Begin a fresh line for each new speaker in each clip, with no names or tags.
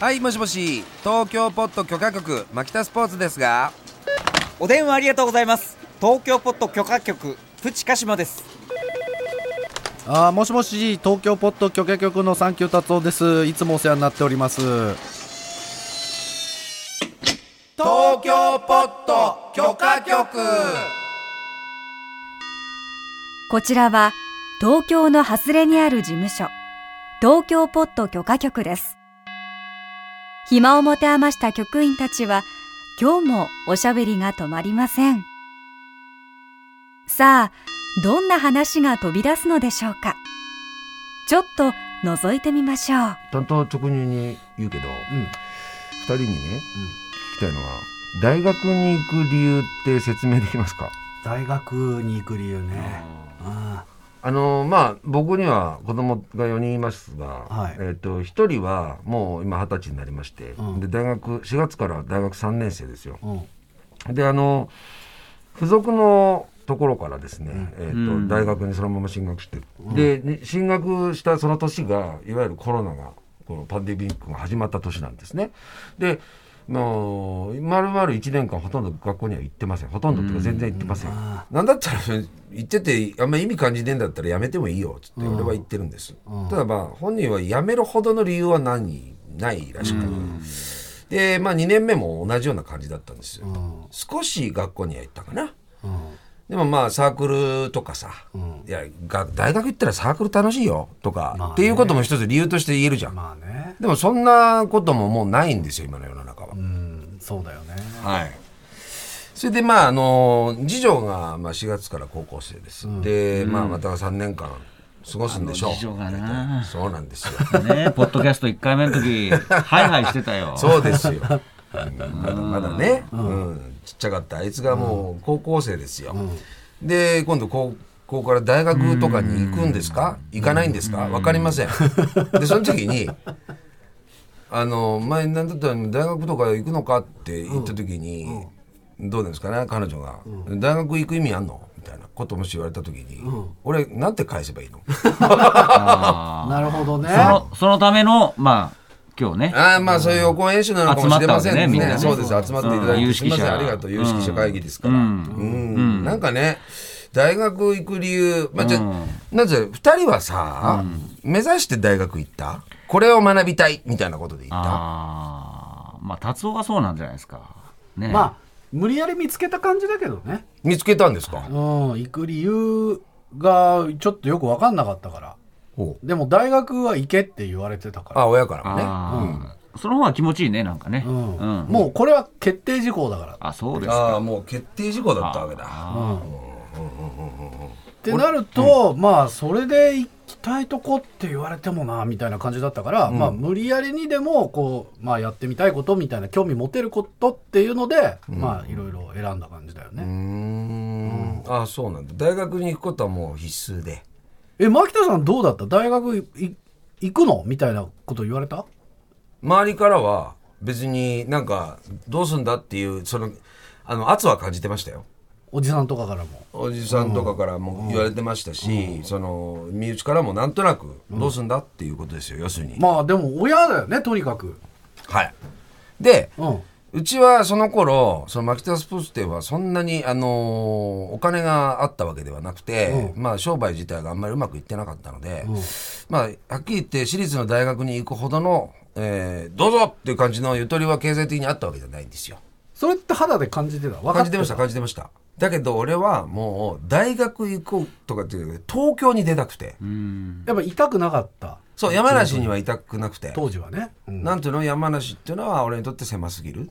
はいもしもし東京ポッド許可局マキタスポーツですが
お電話ありがとうございます東京ポッド許可局プチカシマです
あーもしもし東京ポッド許可局のサンキュー達夫ですいつもお世話になっております
東京ポッド許可局
こちらは東京の外れにある事務所、東京ポット許可局です。暇を持て余した局員たちは、今日もおしゃべりが止まりません。さあ、どんな話が飛び出すのでしょうか。ちょっと覗いてみましょう。
担当直入に言うけど、二人にね、聞きたいのは大学に行く理由って説明できますか
大学に行く理由ね。あ
あのまあ僕には子供が4人いますが、
はい
えっと1人はもう今二十歳になりまして、
うん
で大学4月から大学3年生ですよ
あ、うん、
であの付属のところからですね、えっと
うん
大学にそのまま進学して、でに進学したその年がいわゆるコロナがこのパンデミックが始まった年なんですね。でもう丸々1年間ほとんど学校には行ってませんほとんどっていうか全然行ってません、なんだったらそれ行っててあんま意味感じねえんだったらやめてもいいよっつって俺は言ってるんです、ただまあ本人はやめるほどの理由は何ないらしくて、で、まあ、2年目も同じような感じだったんですよ、少し学校には行ったかな、でもまあサークルとかさ、いやが大学行ったらサークル楽しいよとか、っていうことも一つ理由として言えるじゃん、
まあね、
でもそんなことももうないんですよ今の世の中は、
うん、そうだよね。
はいそれでまああの次女がまあ4月から高校生です、でまあまた3年間過ごすんでしょう
あの次女がな
そうなんですよ
ねポッドキャスト1回目の時 ハイハイしてたよ
そうですよ。まだまだね、うん、ちっちゃかったあいつがもう高校生ですよ。で今度高校から大学とかに行くんですか行かないんですか分かりません。でその時にあの前何だったら大学とか行くのかって言った時に、どうなんですかね彼女が、大学行く意味あんのみたいなこともし言われた時に、俺なんて返せばいいの
あ
なるほどね。
ーそのそのためのまあ今日ね
ああまあそういうお講演集なのかもしれませんね
集まったわけねみんなね
そうです集まっていただいて、
うん有
すみ
識
ま
者
せんありがとう有識者会議ですから、う
うんん
なんかね大学行く理由、まあ、じゃあ、なぜ二人はさ、目指して大学行ったこれを学びたいみたいなことで行った
あーまあ達夫がそうなんじゃないですかね
まあ、無理やり見つけた感じだけどね。
見つけたんですか
うん、行く理由がちょっとよく分かんなかったから。
ほう
でも大学は行けって言われてたから。
あ親からもね
あーその方が気持ちいいねなんかね
うん、
うん
もうこれは決定事項だから。
あそうです
あ
か
あもう決定事項だったわけだ
うん。ってなると、まあそれで行きたいとこって言われてもなみたいな感じだったから、まあ無理やりにでもこう、まあ、やってみたいことみたいな興味持てることっていうので、まあいろいろ選んだ感じだよ
うー
ね、
んああそうなんだ大学に行くことはもう必須で
え牧田さんどうだった大学い行くのみたいなこと言われた
周りからは別になんかどうすんだっていうそのあの圧は感じてましたよ
おじさんとかからも
おじさんとかからも言われてましたし、その身内からもなんとなくどうすんだっていうことですよ、要するに、
まあでも親だよねとにかく
はいで、
うん
うちはその頃そのマキタスポーツ店はそんなに、あのーお金があったわけではなくて、まあ、商売自体があんまりうまくいってなかったので、まあ、はっきり言って私立の大学に行くほどの、えーどうぞっていう感じのゆとりは経済的にあったわけじゃないんですよ。
それって肌で感じてた分か
感
っ
じ
て
てました感じてましただけど俺はもう大学行こうとかっていうより東京に出たくて、
やっぱ痛くなかった
そう山梨には痛くなくて
当時はね、うん
なんていうの山梨っていうのは俺にとって狭すぎる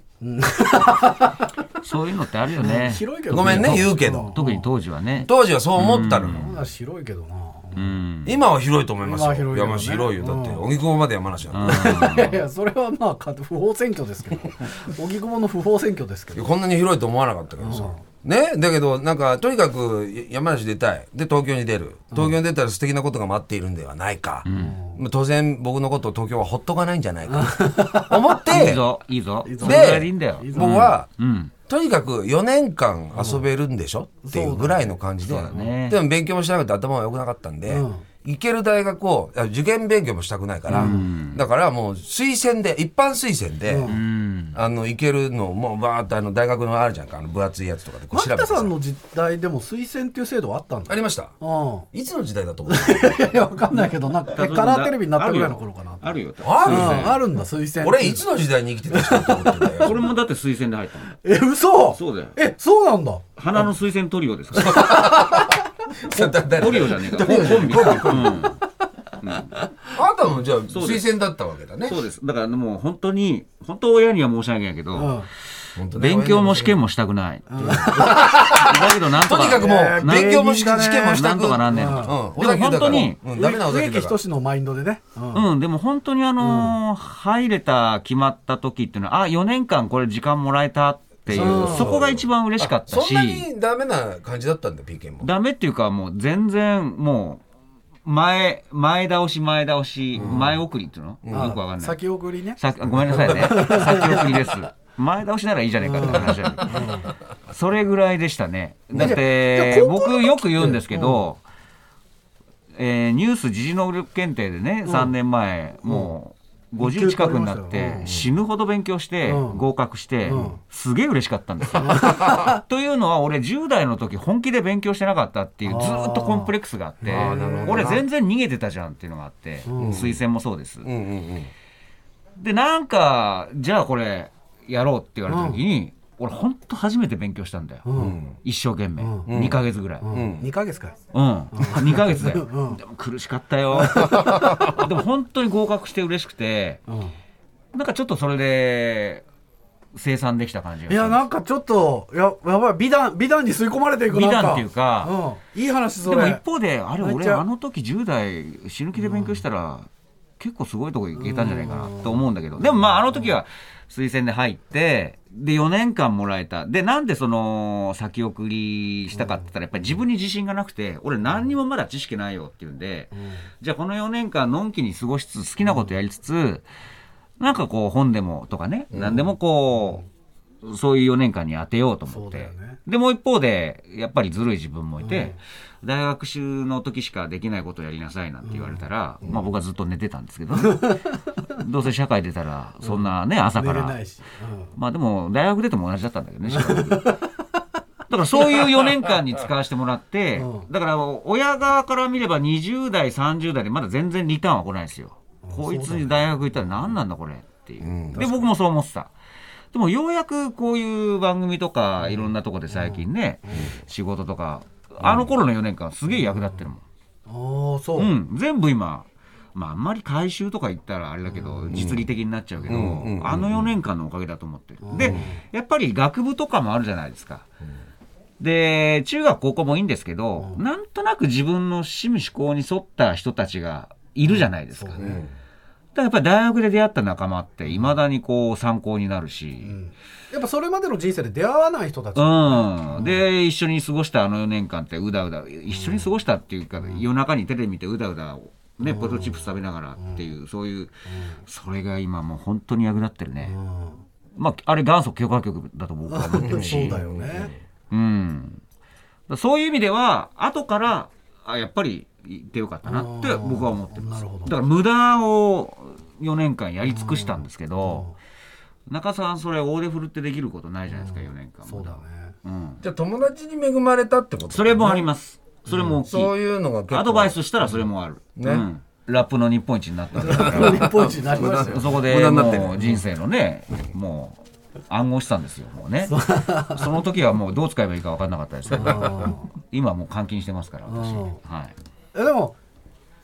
そういうのってあるよね
広いけど
ごめんね言うけ
う
ど
特に当時はね
当時はそう思ったの
まだ白いけどな、
うん
今は広いと思いますよ
今は広いよね
山梨広いよだって
うん
荻窪まで山梨なんだ
いやいや、それはまあか、不法占拠 ですけど、荻窪の不法占拠ですけど、
こんなに広いと思わなかったけどさ、ねだけどなんかとにかくや山梨出たいで東京に出る東京に出たら素敵なことが待っているんではないか、まあ当然僕のことを東京はほっとかないんじゃないかと思っ
いい
て
ぞいいぞそれぐらいでいいんだよ
で僕は、
うん
とにかく4年間遊べるんでしょ、っていうぐらいの感じで、
だね
でも勉強もしなくて頭は良くなかったんで、行ける大学をあ受験勉強もしたくないから、だからもう推薦で一般推薦で、あの行けるのをもうバーってあの大学のあるじゃんかあの分厚いやつとかでこう
牧
調べて
田さ
さ
んの時代でも推薦っていう制度はあったんだ
ありま した
うん
いつの時代だと思う
いやいやわかんないけどなんかえカラーテレビになったぐらいの頃かな
あるよ。
あ
う
るよね
んあるんだ推薦
俺いつの時代に生きてた人だと思ってんだよ
こ れもだって推薦で入ったんだよ。
え嘘
そうだよ
えそうなんだ
花の推薦トリオですから。トリオじゃねえか。コンビ。うん
あなたもじゃあ
そうで
推薦だったわけだね
そうです。だからもう本当に、本当親には申し訳ないけ
うん
ど、
本当ね
勉強も試験もしたくない。だけどなんと
と
か。
にかくもう勉強もし試
芸人だね
験もした
な
く
んとかなんねんと
うん
か。
小田急だから
でも本当に
うんダメな小田
植
急だ
木
から
仁のマインドでねうん
うん、でも本当にあのー入れた、決まった時っていうのは、あ、4年間これ時間もらえたっていう、そこが一番嬉しかった
そ
し
んな、にダメな感じだったんだ PK も
ダメっていうかもう全然もう、前、前倒し前倒し、前送りっていうの、よくわかんない。
先送りね
さごめんなさい ね。先送りです。前倒しならいいじゃねえかって話だよそれぐらいでしたね。だっ
いやい
て
や、高校の時
僕よく言うんですけど、えーニュース時事能力検定でね、3年前、もう50近くになっ
一級取りましたよ
て、死ぬほど勉強して、
うん
合格して
うん、
すげえ嬉しかったんで すよ。というのは、俺10代の時本気で勉強してなかったっていう、ずーっとコンプレックスがあって
あーなるほど、な
俺全然逃げてたじゃんっていうのがあって、推薦もそうです。
うんうんうん
でなんかじゃあこれやろうって言われた時に、俺ほんと初めて勉強したんだよ、
うん
一生懸命、2ヶ月ぐらいうん、
ん
2ヶ月か
2ヶ月だよ、でも苦しかったよ でも本当に合格して嬉しくて、なんかちょっとそれで生産できた感じが
いやなんかちょっとややばい美談美談に吸い込まれていくな
美
ん
談
か
っていうか、
うんいい話そ
で
れ
も一方であれ
めっ
俺
ちゃ
あの時10代死ぬ気で勉強したら、結構すごいとこ行けたんじゃないかなと思うんだけどでもまああの時は推薦で入ってで4年間もらえたでなんでその先送りしたかって言ったらやっぱり自分に自信がなくて俺何にもまだ知識ないよっていうんで、じゃあこの4年間のんきに過ごしつつ好きなことやりつつ、なんかこう本でもとかね、何でもこう、そういう4年間に当てようと思って。
そうだよね
で、もう一方で、やっぱりずるい自分もいて、大学習の時しかできないことをやりなさいなんて言われたら、まあ僕はずっと寝てたんで すけど、どうせ社会出たら、そんなね、朝
寝
か
れ
ら。
ないしうん
まあでも、大学出ても同じだったん だけどね、しばらくだからそういう4年間に使わせてもら って、だから親側から見れば20代、30代でまだ全然リターンは来ないですよ。こいつに大学行ったら何なんだこれっていう。で、僕もそう思ってた。でもようやくこういう番組とか、いろんなとこで最近ね、仕事とか、あの頃の4年間すげえ役立ってるもん。、
ああそううん
全部今、まあ、あんまり回収とか言ったらあれだけど、実利的になっちゃうけど、あの4年間のおかげだと思ってる、でやっぱり学部とかもあるじゃないですか、で中学高校もいいんですけど、なんとなく自分の趣味思考に沿った人たちがいるじゃないですか、だからやっぱり大学で出会った仲間っていまだにこう参考になるし、
やっぱそれまでの人生で出会わない人たち
うん、で一緒に過ごしたあの4年間ってうだうだ一緒に過ごしたっていうか、夜中にテレビ見てうだうだね、ポテトチップス食べながらっていう、そういう、それが今もう本当に役立ってるね、まああれ元祖許可局だと僕は思ってる し
そうだよね
うん、だそういう意味では後からあやっぱり行ってよかったなって僕は思ってます
なるほど
だから無駄を4年間やり尽くしたんですけど中澤さんそれ大手振るってできることないじゃないですか4年間
そうだね
うん、
じゃあ友達に恵まれたってこと
それもあります。それも大きい。
そういうのが結構
アドバイスしたらそれもある。
ね
うんラップの日本一にな ったんだか
日本一になりましたよ
ら、そこ
無
で
駄になってる
もう人生のね、もう暗号資産ですよ、もうね。その時はもうどう使えばいいか分かんなかったですけど、今はもう監禁してますから、私。
うん
はい。
えでも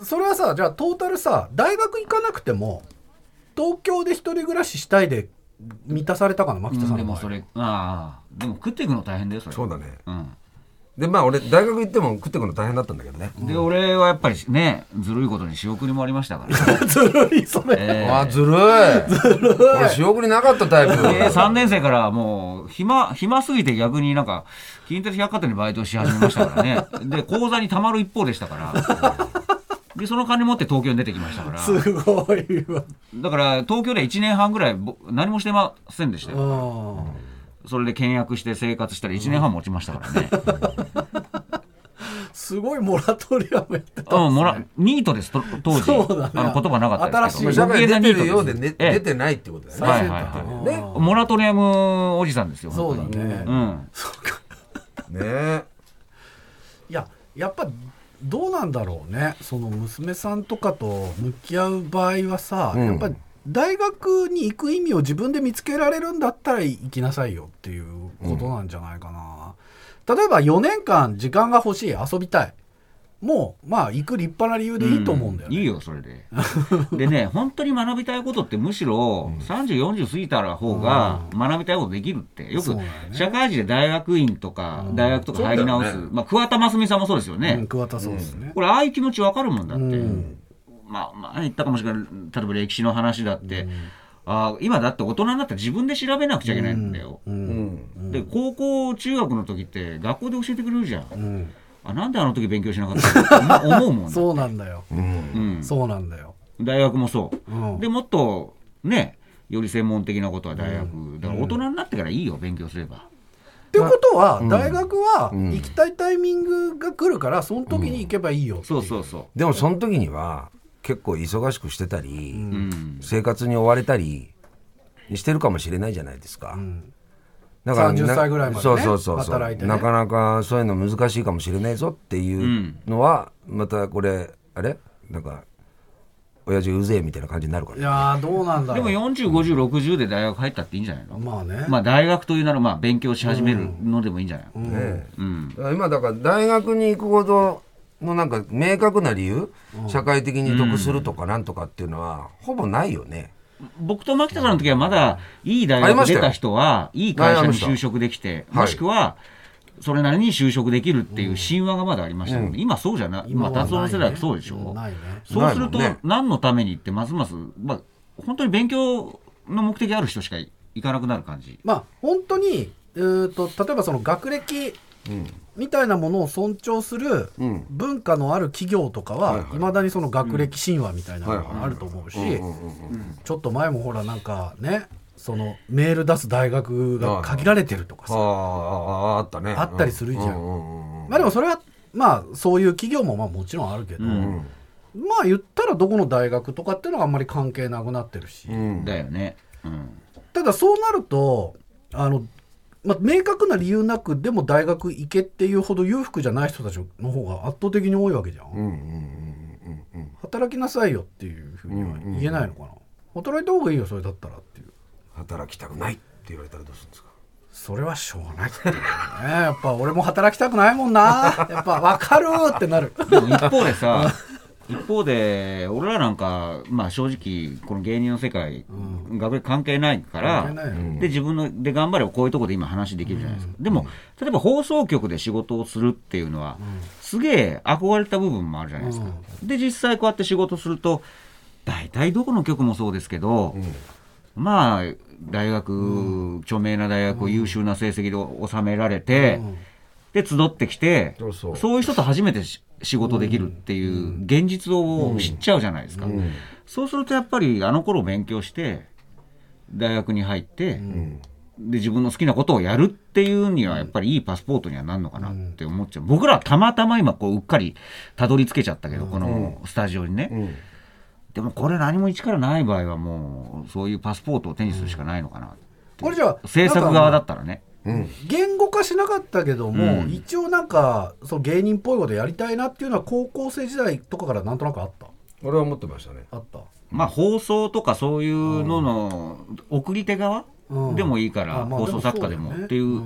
それはさじゃあトータルさ大学行かなくても東京で一人暮らししたいで満たされたかな牧田さん
で
の場
も
合
それ、ああ、でも食っていくの大変だよ、それ。
そうだね
うん。
でまあ俺大学行っても食ってくの大変だったんだけどね
で、俺はやっぱりね、ずるいことに仕送りもありましたから。
ずるいそれ
えー
あずるい俺仕送りなかったタイプ
えー、3年生からもう暇暇すぎて逆になんか近鉄百貨店でバイトし始めましたからねで口座にたまる一方でしたからでその金持って東京に出てきましたから
すごいわ
だから東京で1年半ぐらいぼ何もしてませんでしたよ
うん
それで倹約して生活したら1年半持ちましたからね、
すごいモラトリアムやってた
うん、もら、ニートです、と当時。
そうだね
あの、言葉なかったです
新
けど。
しい
社会に出てるようで、
余計な
ね
ニートすええ
出てないってことだよね。
は
最
い
先
はい
端
は
ね
あー
モラトリアムおじさんですよ。
そうだ
本当に
ね、
うん。
ね
いややっぱどうなんだろうねその娘さんとかと向き合う場合はさ、
うん
やっぱり大学に行く意味を自分で見つけられるんだったら行きなさいよっていうことなんじゃないかな、例えば4年間時間が欲しい遊びたいもうまあ行く立派な理由でいいと思うんだよね、
いいよ、それ で。でね、本当に学びたいことって、むしろ30、40過ぎたら方が学びたいことできるって、よ
そう
く
だよね
社会人で大学院とか、大学とか入り直
そう
す、
だよね
まあ、桑田真澄さんもそうですよ
うん、
ね。
桑田そうですね、
これ、ああいう気持ちわかるもんだって。
うん
まあ、前言ったかもしれない。例えば歴史の話だって。ああ今だって大人になったら自分で調べなくちゃいけないんだよ。
え、うん。
で、高校、中学の時って学校で教えてくれるじゃん。
うん
あ、なんであの時勉強しなかったのって思う思うもんだ
そうなんだよ、
うん
そうなんだよ、
大学もそう、
うん
でもっとねより専門的なことは大学、だから大人になってからいいよ勉強すれば、
ってことは、大学は行きたいタイミングが来るから、その時に行けばいいよってい
そうそうそ
でもその時には結構忙しくしてたり、
ううん
生活に追われたりしてるかもしれないじゃないですか。だ
30歳ぐらいまでね
そうそうそうそう、
働いてね
なかなかそういうの難しいかもしれないぞっていうのは、またこれあれなんか親父うぜえみたいな感じになるから、
いやーどうなんだ
で
ろう
も405060で大学入ったっていいんじゃないの、ま
まあね、
あ、大学というならまあ勉強し始めるのでもいいんじゃないの、うん
ねだから今だから大学に行くほどのなんか明確な理由、社会的に得するとかなんとかっていうのはほぼないよね。
僕と牧田さんの時はまだいい大
ありま
学
した
出
よ
た人はいい会社
あり
に
ました
就職できて
はい
もしくはそれなりに就職できるっていう神話がまだありましたよね、今そうじゃない
は
今
ないね
達夫の世代はそうでしょ、
うんないね
そうすると
ないもんね、
何のためにって、ますます、まあ、本当に勉強の目的ある人しかい行かなくなる感じ。
まあ本当にうーと例えばその学歴みたいなものを尊重する
ん
文化のある企業とか
はい
は
はい
いまだにその学歴神話みたいなの
はいはい
があると思う
う
し
んうんうん
ちょっと前もほらなんかねそのメール出す大学が限られてるとか
あ
さ
あああったね。
あったりするじゃん
ううんうんうん
まあでもそれはまあそういう企業もまあもちろんあるけどまあ言ったらどこの大学とかっていうのがあんまり関係なくなってるし
うん
だよね。うん。
ただそうなるとあの、まあ、明確な理由なくでも大学行けっていうほど裕福じゃない人たちの方が圧倒的に多いわけじゃん,、働きなさいよっていうふうには言えないのかな、働いた方がいいよそれだったらっていう
働きたくないって言われたらどうするんですか
それはしょうがないっていうねやっぱ俺も働きたくないもんなやっぱ分かるーってなる
でも一方でさ、一方で、俺らなんか、まあ正直、この芸人の世界、学歴関係ないから、
関係ないよ
で、自分ので頑張ればこういうところで今話できるじゃないですか。でも、例えば放送局で仕事をするっていうのは、すげえ憧れた部分もあるじゃないですか。で、実際こうやって仕事すると、大体どこの局もそうですけど、まあ、大学、著名な大学を優秀な成績で収められて、で、集ってきて、
そうそう
そういう人と初めてし仕事できるっていう現実を知っちゃうじゃないですか。そうするとやっぱりあの頃勉強して、大学に入って、で、自分の好きなことをやるっていうには、やっぱりいいパスポートにはなるのかなって思っちゃう。僕らはたまたま今、こう、うっかりたどり着けちゃったけど、このスタジオにね。でもこれ何も一からない場合はもう、そういうパスポートを手にするしかないのかな。
これじゃあ
制作側だったらね。
言語化しなかったけども、
うん
一応なんかそう芸人っぽいことやりたいなっていうのは高校生時代とかからなんとなくあった
俺は思ってましたね。
あった
まあ、放送とかそういうのの送り手側
うん
でもいいから、
あまあ
放送作家でも
でもそうだよね
っていう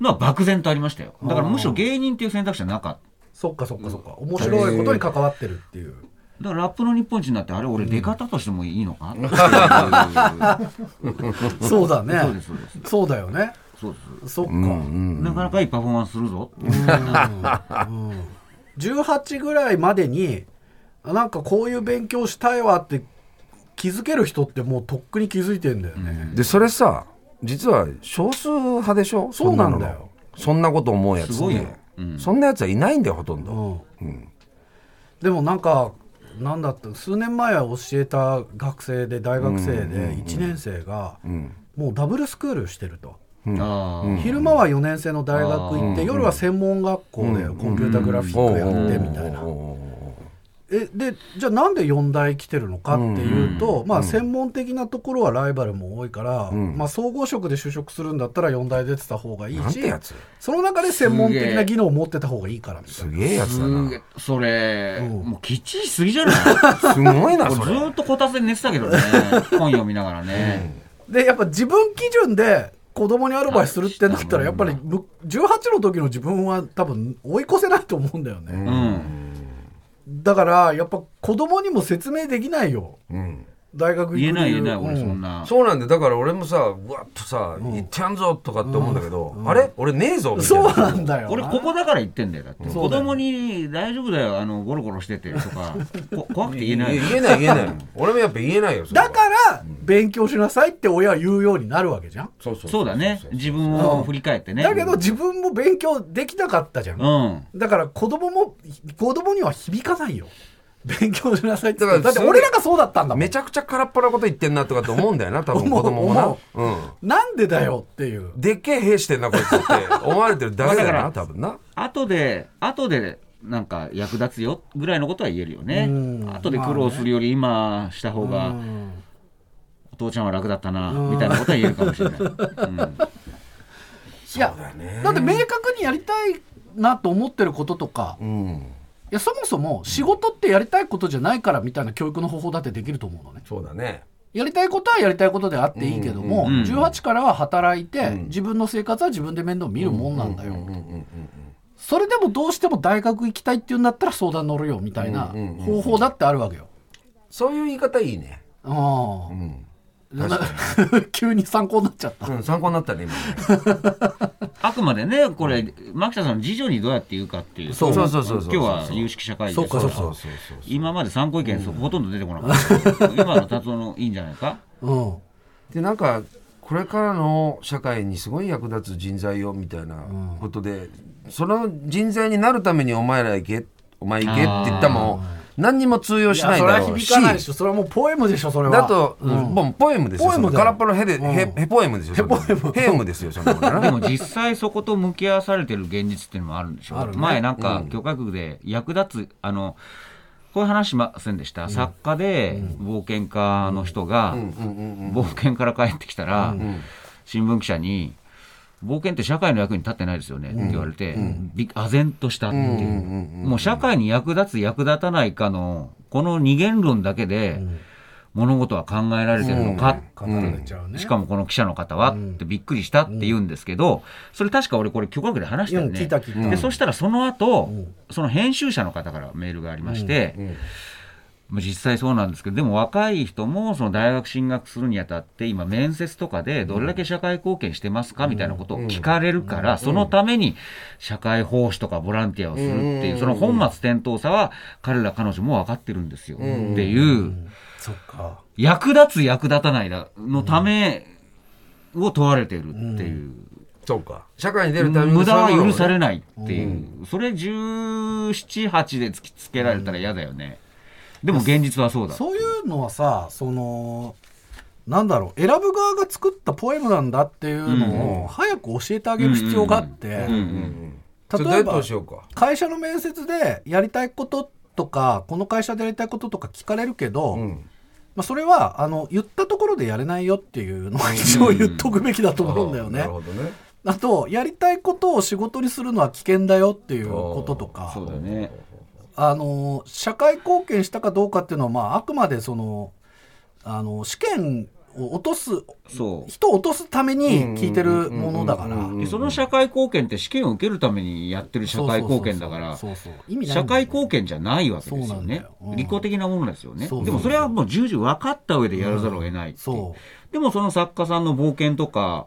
のは漠然とありましたよ。だからむしろ芸人っていう選択肢はなかった。
そっかそっかそっか面白いことに関わってるっていう
だからラップの日本一になって、あれ俺出方としてもいいのかっていう
そうだね
そうです、そうです。
そうだよね
そうです。
そっか、
なかなかいいパフォーマンスするぞ。
18ぐらいまでにあなんかこういう勉強したいわって気づける人ってもうとっくに気づいてんだよね、
でそれさ実は少数派でしょ
そうなんだよ
のそんなこと思うやつって
すごいよ
そんなやつはいないんだよほとん
う
ど、
んでもなんかなんだった数年前は教えた学生で大学生で1年生がもうダブルスクールしてると、
あ
うん
昼間は4年生の大学行って
あー
夜は専門学校でコ
うん
ンピュータグラフィックやってみたいな
おうおうおうおう
えでじゃあなんで4大来てるのかっていうと、
う
まあ、専門的なところはライバルも多いから、
ん
まあ、総合職で就職するんだったら4大出てた方がいい
なん
して
やつ
その中で専門的な技能を持ってた方がいいからみたい
す
な。
げえや
あ
つだな
すげえそれ
うん
もうきっちりしすぎじ ゃない
すごいな
俺ず
それ
ーっとこたつで寝てたけどね本読みながらね、
でやっぱ自分基準で子供にアドバイスするってなったらやっぱりむ18の時の自分は多分追い越せないと思うんだよね、
うん
だからやっぱ子供にも説明できないよ
うん
大学行く理
言え
由
ない言えない
うん
俺そんな、
そうなんでだから俺もさうわっとさ行ってやんぞとかって思うんだけどあれ俺ねえぞみたい
そう
な
なんだよな
俺ここだから言ってんだよだって
ん
子供に「大丈夫だよあのゴロゴロしてて」とかこ怖くて言えない
言えない言えない俺もやっぱ言えないよそれは
だから勉強しなさいって親は言うようになるわけじゃん、
そうそう
そうだね自分を振り返ってね
だけど自分も勉強できなかったじゃん、
うん
だから子供も子供には響かないよ勉強しなさいって
だから
だって俺らがそうだったんだもん
めちゃくちゃ空っぽなこと言ってんなとかって思うんだよな多分
思う
子供もな
思
うん
なんでだよっていう
でっけえ兵してんなこいつって思われてるだけだよな多分な
後で後でなんか役立つよぐらいのことは言えるよね
うん
後で苦労するより今した方が
うん
お父ちゃんは楽だったな
うん
みたいなことは言えるかもしれない、うん
いやだ,、って明確にやりたいなと思ってることとか、い
うん
やそもそも仕事ってやりたいことじゃないからみたいな教育の方法だってできると思うのね
そうだね
やりたいことはやりたいことであっていいけども、
うんうん
18からは働いて、
ん
自分の生活は自分で面倒見るもんなんだよ、
うんうんうん
それでもどうしても大学行きたいっていうんだったら相談乗るよみたいな
うんうんうんうん
方法だってあるわけよ。
そういう言い方いいね
あ
う
あ
ん
な 急に参考になっちゃった。
うん参考になったね今ね
あくまでねこれ牧田さんの次女にどうやって言うかっていう
そうそうそうそうそう
今日は有識者会議です
そうそうそうそう
今まで参考意見そこほとんど出てこなか った、今の達夫のいいんじゃないか
うん。うん
でなんかこれからの社会にすごい役立つ人材よみたいなことで、その人材になるためにお前ら行けお前行けって言ったも何にも通用
い
し
や
ない
そ
だ
れは
ろう
響
し
かないでしょ。それはもうポエムでしょ。それは。
だと、もうポエムですよ
ポエム
その
だよ
空っぽのヘで、ヘヘポエムですよヘ
ポエム
ヘームですよそんなもん な
でも実際そこと向き合わされてる現実っていうのもあるんでしょう、
あるね
前なんか許可局で役立つあのこういう話しませんでした、作家で冒険家の人が、冒険から帰ってきたら、新聞記者に「冒険って社会の役に立ってないですよね」って言われて、び唖然としたっていう,、もう社会に役立つ役立たないかのこの二元論だけで物事は考えられてるのか、
語られちゃうね。
しかもこの記者の方はってびっくりしたって言うんですけど、それ確か俺これ許可局で話したよ
うん
ね。
聞いた聞いた
で、そしたらその後、その編集者の方からメールがありまして、まあ実際そうなんですけど、でも若い人もその大学進学するにあたって今面接とかでどれだけ社会貢献してますかみたいなことを聞かれるから、そのために社会奉仕とかボランティアをするっていう、その本末転倒さは彼ら彼女も分かってるんですよっていう。
そっか。
役立つ役立たないだのためを問われているっていう、
そうか社会に出るために
無駄
そ
は
ういうのを
許
ね
されないっていう、それ178で突きつけられたら嫌だよね、でも現実はそうだ
そういうのはさ、その。なんだろう選ぶ側が作ったポエムなんだっていうのを早く教えてあげる必要があって、
それどう
例
や
え
って
ば
どうしようか
会社の面接でやりたいこととかこの会社でやりたいこととか聞かれるけど、
ん
まあ、それはあの言ったところでやれないよってい うのは一応言っとくべきだと思うんだよね。
なるほどね
あとやりたいことを仕事にするのは危険だよっていうこととか
そうだよね
あの社会貢献したかどうかっていうのは、まあ、あくまでそのあの試験を落とす
そう
人を落とすために聞いてるものだから。
でその社会貢献って試験を受けるためにやってる社会貢献だから
そうそうそうそう意味ないんだ
社
よ
会貢献じゃないわけです
そ
よ
うなんだ
ね
ようん
利己的なものですよ
そ
ね
うそうそう
でもそれはもう重々分かった上でやらざるを得ないっていう
そ
でもその作家さんの冒険とか、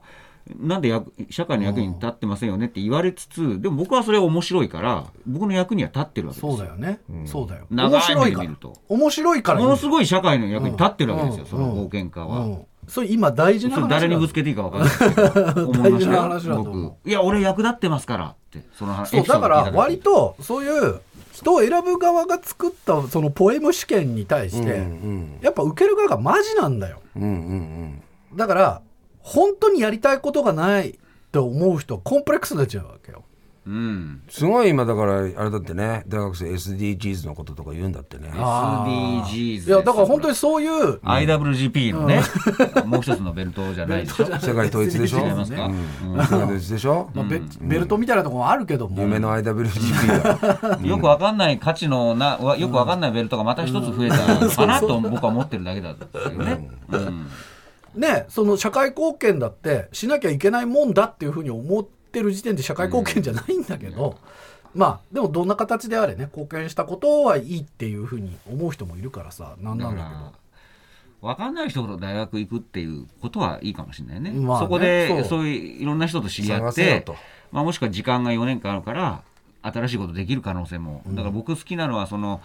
なんで役社会の役に立ってませんよねって言われつつ、でも僕はそれは面白いから、僕の役には立ってるわ
う
けです
そ
よ。
うだよね、そうだよ
長
面
い
白
目
い
で
か
見
ら
ると
面白いから
ものす
い
ごい社会の役に立ってるわけですよ、
うん
その冒険家は。
うん、それ今大事な
そ
話
れ
だ
誰にぶつけていいか分からない思いまし
大事な話
た
だ
よ
と思う
僕いや俺役立ってますからってその話
そうだから割
と
とそういう人を選ぶ側が作ったそのポエム試験に対して、やっぱ受ける側がマジなんだよ
うんうん
だから本当にやりたいことがないって思う人はコンプレックスになっちゃうわけよ。
うん。
すごい今だからあれだってね大学生 SDGs のこととか言うんだってね
SDGs です。
いやだから本当にそういう
IWGP のね、もう一つのベルトじゃないでしょ。
世界統一 でしょ
違いますか
うん世界統一でしょ、
まあベベルトみたいなところもあるけども、
夢の IWGP が
よくわかんない価値のな、わよくわかんないベルトがまた一つ増えたのかなと僕は思ってるだけだったんですけどね。うん
ね、その社会貢献だってしなきゃいけないもんだっていうふうに思ってる時点で社会貢献じゃないんだけど、まあでもどんな形であれね貢献したことはいいっていうふうに思う人もいるからさなんなんだけど。
わかんない人と大学行くっていうことはいいかもしれないね。
まあね
そこ
そ
でそうういういろんな人と知り合
探
っ
せよ
て
と、
まあ、もしくは時間が4年間あるから新しいことできる可能性も、だから僕好きなのはその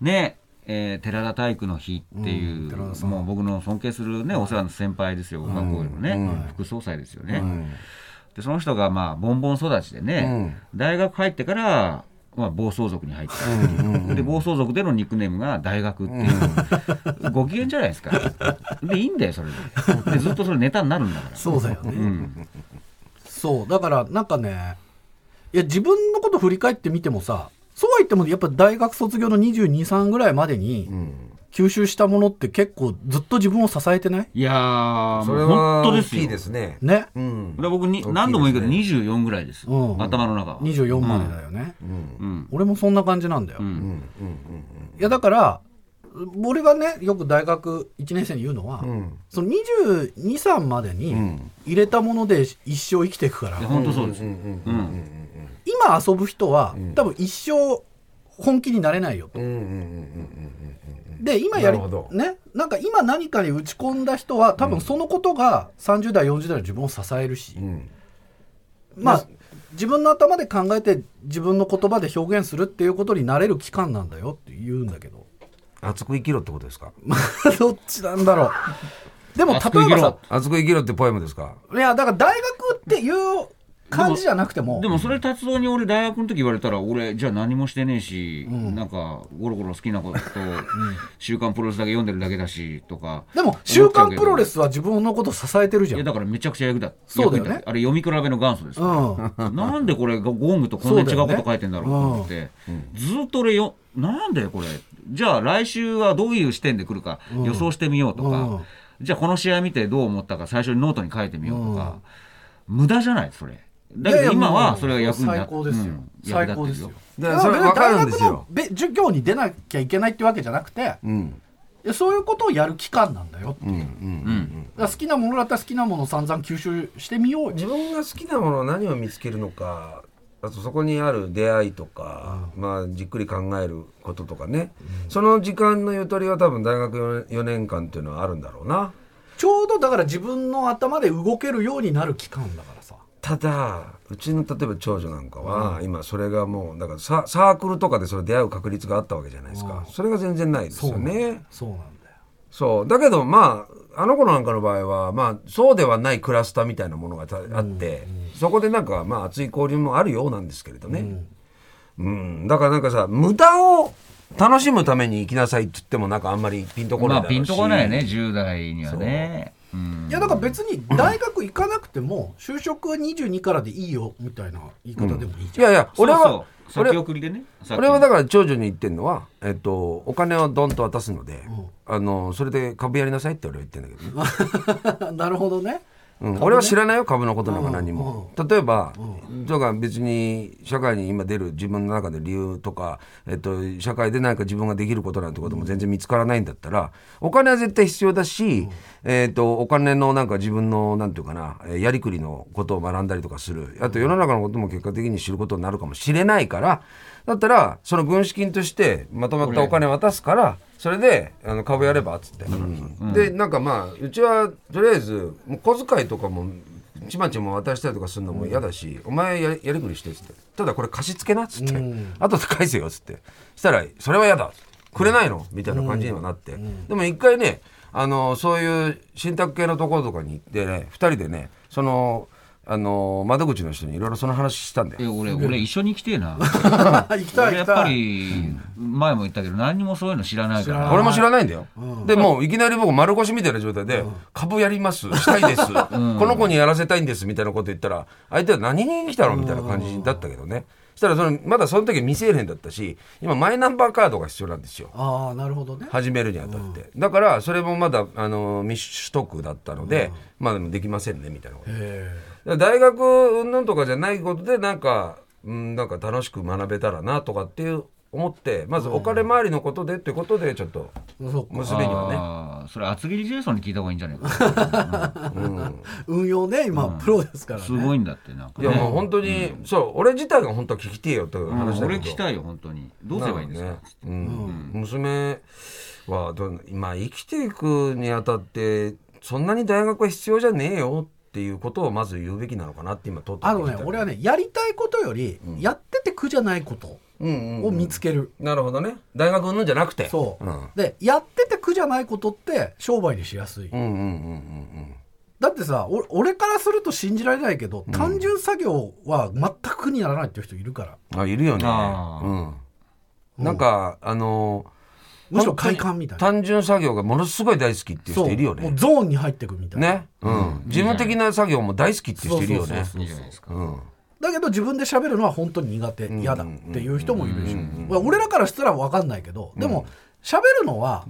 ねえー寺田体育の日っていう、
寺田さん
もう僕の尊敬するねお世話の先輩ですよ、学校のね、副総裁ですよね。でその人がまあボンボン育ちでね、大学入ってから、まあ、暴走族に入った、で暴走族でのニックネームが大学っていう、ご機嫌じゃないですかでいいんだよそれででずっとそれネタになるんだから
そうだよね、
ん
そうだからなんかねいや自分のこと振り返ってみてもさそうは言ってもやっぱ大学卒業の223ぐらいまでに吸収したものって結構ずっと自分を支えてない
いやー
それ
もう
は
本当
大
です
き
よ
いですね
ね
うん
だから僕
大きいで
に、
すね
何度も言うけど24ぐらいです、
うん
頭の中は
24までだよね、
うん
俺もそんな感じなんだよ、
うん
うん
いやだから俺がねよく大学1年生に言うのは、
うんうん
その223までに
ん
入れたもので一生生きていくから、
いや本当そうです、
うんうんうん
今遊ぶ人は、多分一生本気になれないよと
うんうんうんうん
で今やり
なるほど
ねなんか今何かに打ち込んだ人は多分そのことが30代40代の自分を支えるし、
うんうん
まあ自分の頭で考えて自分の言葉で表現するっていうことになれる期間なんだよって言うんだけど
熱く生きろってことですか
どっちなんだろうでも例
熱く生き
えばさ
ろ
熱く生きろってポエムですか
いやだから大学っていう感じじゃなくても
でもそれ達郎に俺大学の時言われたら俺じゃあ何もしてねえし、なんかゴロゴロ好きなこと「週刊プロレス」だけ読んでるだけだしとか
でも「週刊プロレ
ス
ス」は自分のこと支えてるじゃ
いや
ん
だからめちゃくちゃ役だ
そうだよね
役に立ってあれ読み比べの元祖ですよ、
うん
なんでこれゴングとこんなに違うこと書いてんだろうと思って、ずっと俺よなんでこれじゃあ来週はどういう視点で来るか予想してみようとか、
うん
じゃあこの試合見てどう思ったか最初にノートに書いてみようとか、無駄じゃないそれだけど今はそれが役に立
最高ですよ、
うん役
最
立っ
高
て
で
る
すよ
だからそれ
だ
分
から
かる
別
ん
に
ですよ
大学のべ授業に出なきゃいけないってわけじゃなくて、
うん
いやそういうことをやる期間なんだよっていう、
うんうん
うん、
だから好きなものだったら好きなものを散々吸収してみようよ
自分が好きなもの何を見つけるのかあとそこにある出会いとか、まあ、じっくり考えることとかね、その時間のゆとりは多分大学4年間っていうのはあるんだろうな
ちょうどだから自分の頭で動けるようになる期間だからさ
ただうちの例えば長女なんかは、今それがもうだからササークルとかでそれ出会う確率があったわけじゃないですか、それが全然ないですよね
そうなんだよ
そうだけどまああの子なんかの場合は、まあ、そうではないクラスターみたいなものがたあって、そこでなんか、まあ、熱い交流もあるようなんですけれどね、うんだからなんかさ無駄を楽しむために行きなさいって言ってもなんかあんまりピンとこな
ま
い
あ
だろうし
ピンとこないよね10代にはねうん
いやだから別に大学行かなくても就職は22からでいいよみたいな言い方でもいい
い
じゃ
や
ん、
いや俺は
そうそう
俺
先送りでね
俺はだ
か
から長女に言ってるのは、えっと、お金をドンと渡すので、あのそれで株やりなさいって俺は言ってんだけどね、
なるほどね
うん、俺は知らないよ株のことなんか何も、例えば、とか別に社会に今出る自分の中で理由とか、えっと、社会で何か自分ができることなんてことも全然見つからないんだったらお金は絶対必要だし、えっと、お金のなんか自分のなんていうかなえーやりくりのことを学んだりとかするあと世の中のことも結果的に知ることになるかもしれないからだったらその軍資金としてまとまったお金渡すから。それであの株やればっつって、でなんかまあうちはとりあえずもう小遣いとかもちまちま渡したりとかするのも嫌だし、お前ややりくりしてっつってただこれ貸し付けなっつって、後で返せよっつってしたらそれは嫌だくれないのみたいな感じにはなって、でも一回ねあのそういう信託系のところとかに行ってね2人でねそのあの窓口の人にいろいろその話したんだ
い
よ
や俺俺一緒に来てえ な
行きたい行
俺や
き
っぱ
たい
り前も言ったけど何にもそういうの知らないか
知ら
ら
俺も知らないんだよ、でもういきなり僕丸腰みたいな状態で「株やりますしたい です、この子にやらせたいんです」みたいなこと言ったら相手は「何に来たの?」みたいな感じだったけどねそしたらそのまだその時未成年だったし今マイナンバーカードが必要なんですよ
ああなるほどね
始めるにあたって、だからそれもまだあの未取得だったので、まあでもできませんねみたいなことだから大学うんぬんとかじゃないことでなんか、うん、なんか楽しく学べたらなとかっていう思ってまずお金周りのことでっていうことでちょっと
そっか
娘には
あーそれ厚切りジェイソンに聞いた方がいいんじ ゃないかな
ね、うん、
運用ね今、プロですからね
すごいんだってなん
い
か
や
ね
もう本当に、そう俺自体が本当は聞きてえよという
うん
話だけど、
俺聞きたいよ本当にどうすればいいんですか
なるほどねうん娘はどんまあ生きていくにあたってそんなに大学は必要じゃねえよっていうことをまず言うべきなのかなって今とって
あのね俺はねやりたいことより、やってて苦じゃないことを見つける、
なるほどね大学うんぬんじゃなくて
そう、
うん
でやってて苦じゃないことって商売にしやすい、
うんうんうん
だってさお俺からすると信じられないけど、単純作業は全く苦にならないっていう人いるから
うんうんあいるよね
あ
うんなんかあの
むしろ快感みたいな
単純作業がものすごい大好きっていう人いるよ
そう
ね
もうゾーンに入ってくみたいな、
ねうん事務的な作業も大好きっていう人いるよね
いいじゃないですか
うん
だけど自分で喋るのは本当に苦手嫌だっていう人もいるしまあ俺らからしたら分かんないけどでも喋るのは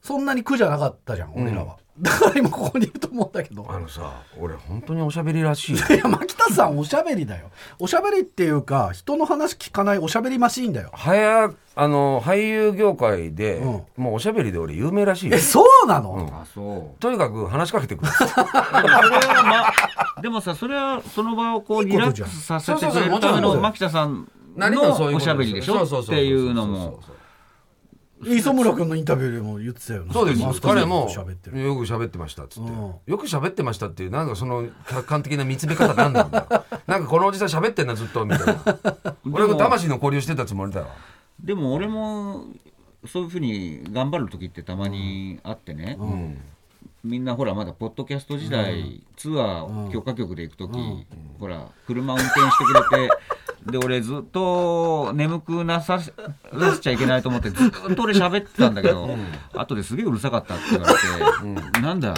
そんなに苦じゃなかったじゃん俺らはだから今ここにいると思うんだけど
あのさ俺本当におしゃべりらしいよ
いや牧田さんおしゃべりだよおしゃべりっていうか人の話聞かないおしゃべりマシーンだよ
はやあの俳優業界で、
うん
もうおしゃべりで俺有名らしいよ
えそうなの
あそう
とにかく話しかけてくる
でもそれは、ま、 でもさそれはその場をこ
い
う
い
リ
こ
ラ
と
ッ
じゃ
ク
ん
スさせてくれるため
そうそうそうもちろ
の
ん
牧田さん
何かそういう
の
こ
お
と
しゃべりでしょ
そうそうそう
っ
そう
ていうのも
磯村君のインタビューでも言ってたよね
そうです
マスコミ
彼
の
も
こと喋ってる
よく喋ってましたっつって、
うん
よく喋ってましたっていうなんかその客観的な見つめ方なんなんだよなんかこのおじさん喋ってんなずっとみたいな俺が魂の交流してたつもりだわ
でも俺もそういうふうに頑張る時ってたまにあってね、みんなほらまだポッドキャスト時代、ツアー許可局で行く時、ほら車運転して くれてで俺ずっと眠くなさしなっちゃいけないと思ってずっと俺喋ってたんだけど、後ですげえうるさかったって言われて、なんだ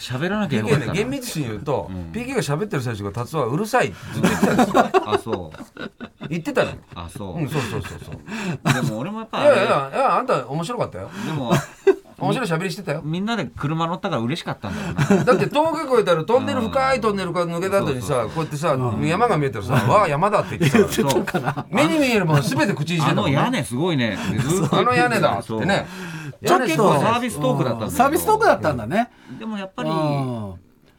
し喋らなきゃよかっ
PK
た
ね
な
厳密に言うと、PK が喋ってる最初が達はうるさいってずっと言ってたの
あそう
言ってたのよ
あそう、
うんそうそうそうそう い
でも俺もやっ
や
ぱ
いやいやいやあんた面白かったよ
でも
面白い喋りしてたよ
みんなで車乗ったから嬉しかったんだろうな
だって峠越えたらトンネル深いトンネルから抜けた後にさこうやってさ山が見えたらさ「わあ山だ」って言ってた
そう
から目に見えるもの全て口にして
あ
たも
の
ん
屋
ね
根すごい ね。ずっと
あの屋根だっつってね。
ちょっと結
屋
構
根
サ
だ
ービストークだったんだけど。
サービストークだったんだね
でもやっぱり、
うん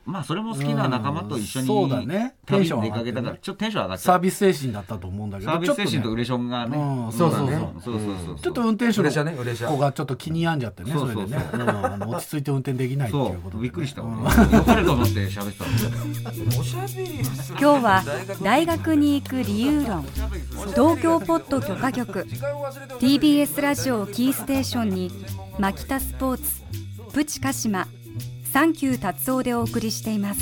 まあそれも好きな仲間と一緒に、
うんそうだね
旅
テンション
に
上がってね
出かけたから、ちょっとテンション上がっちゃ
サ
っ
ービス精神だったと思うんだ
た。
けど
サービス精神
ち
と
ょっとね
ウレションがね。
うんそうそうそう
そうそうそう。
ちょっと運転手
嬉しいね嬉しい
の子がちょっと気に病んじゃってね
そ
そう
そう
れ
そう
でねうんあの落ち着いて運転できないって
そ
いうこと
う、
で
び
ね
っくりした。よかれと思って喋ってたんだよ。
今日は大学に行く理由論東京ポット許可局 TBS ラジオをキーステーションにマキタスポーツプチ鹿島サンキュー達夫でお送りしています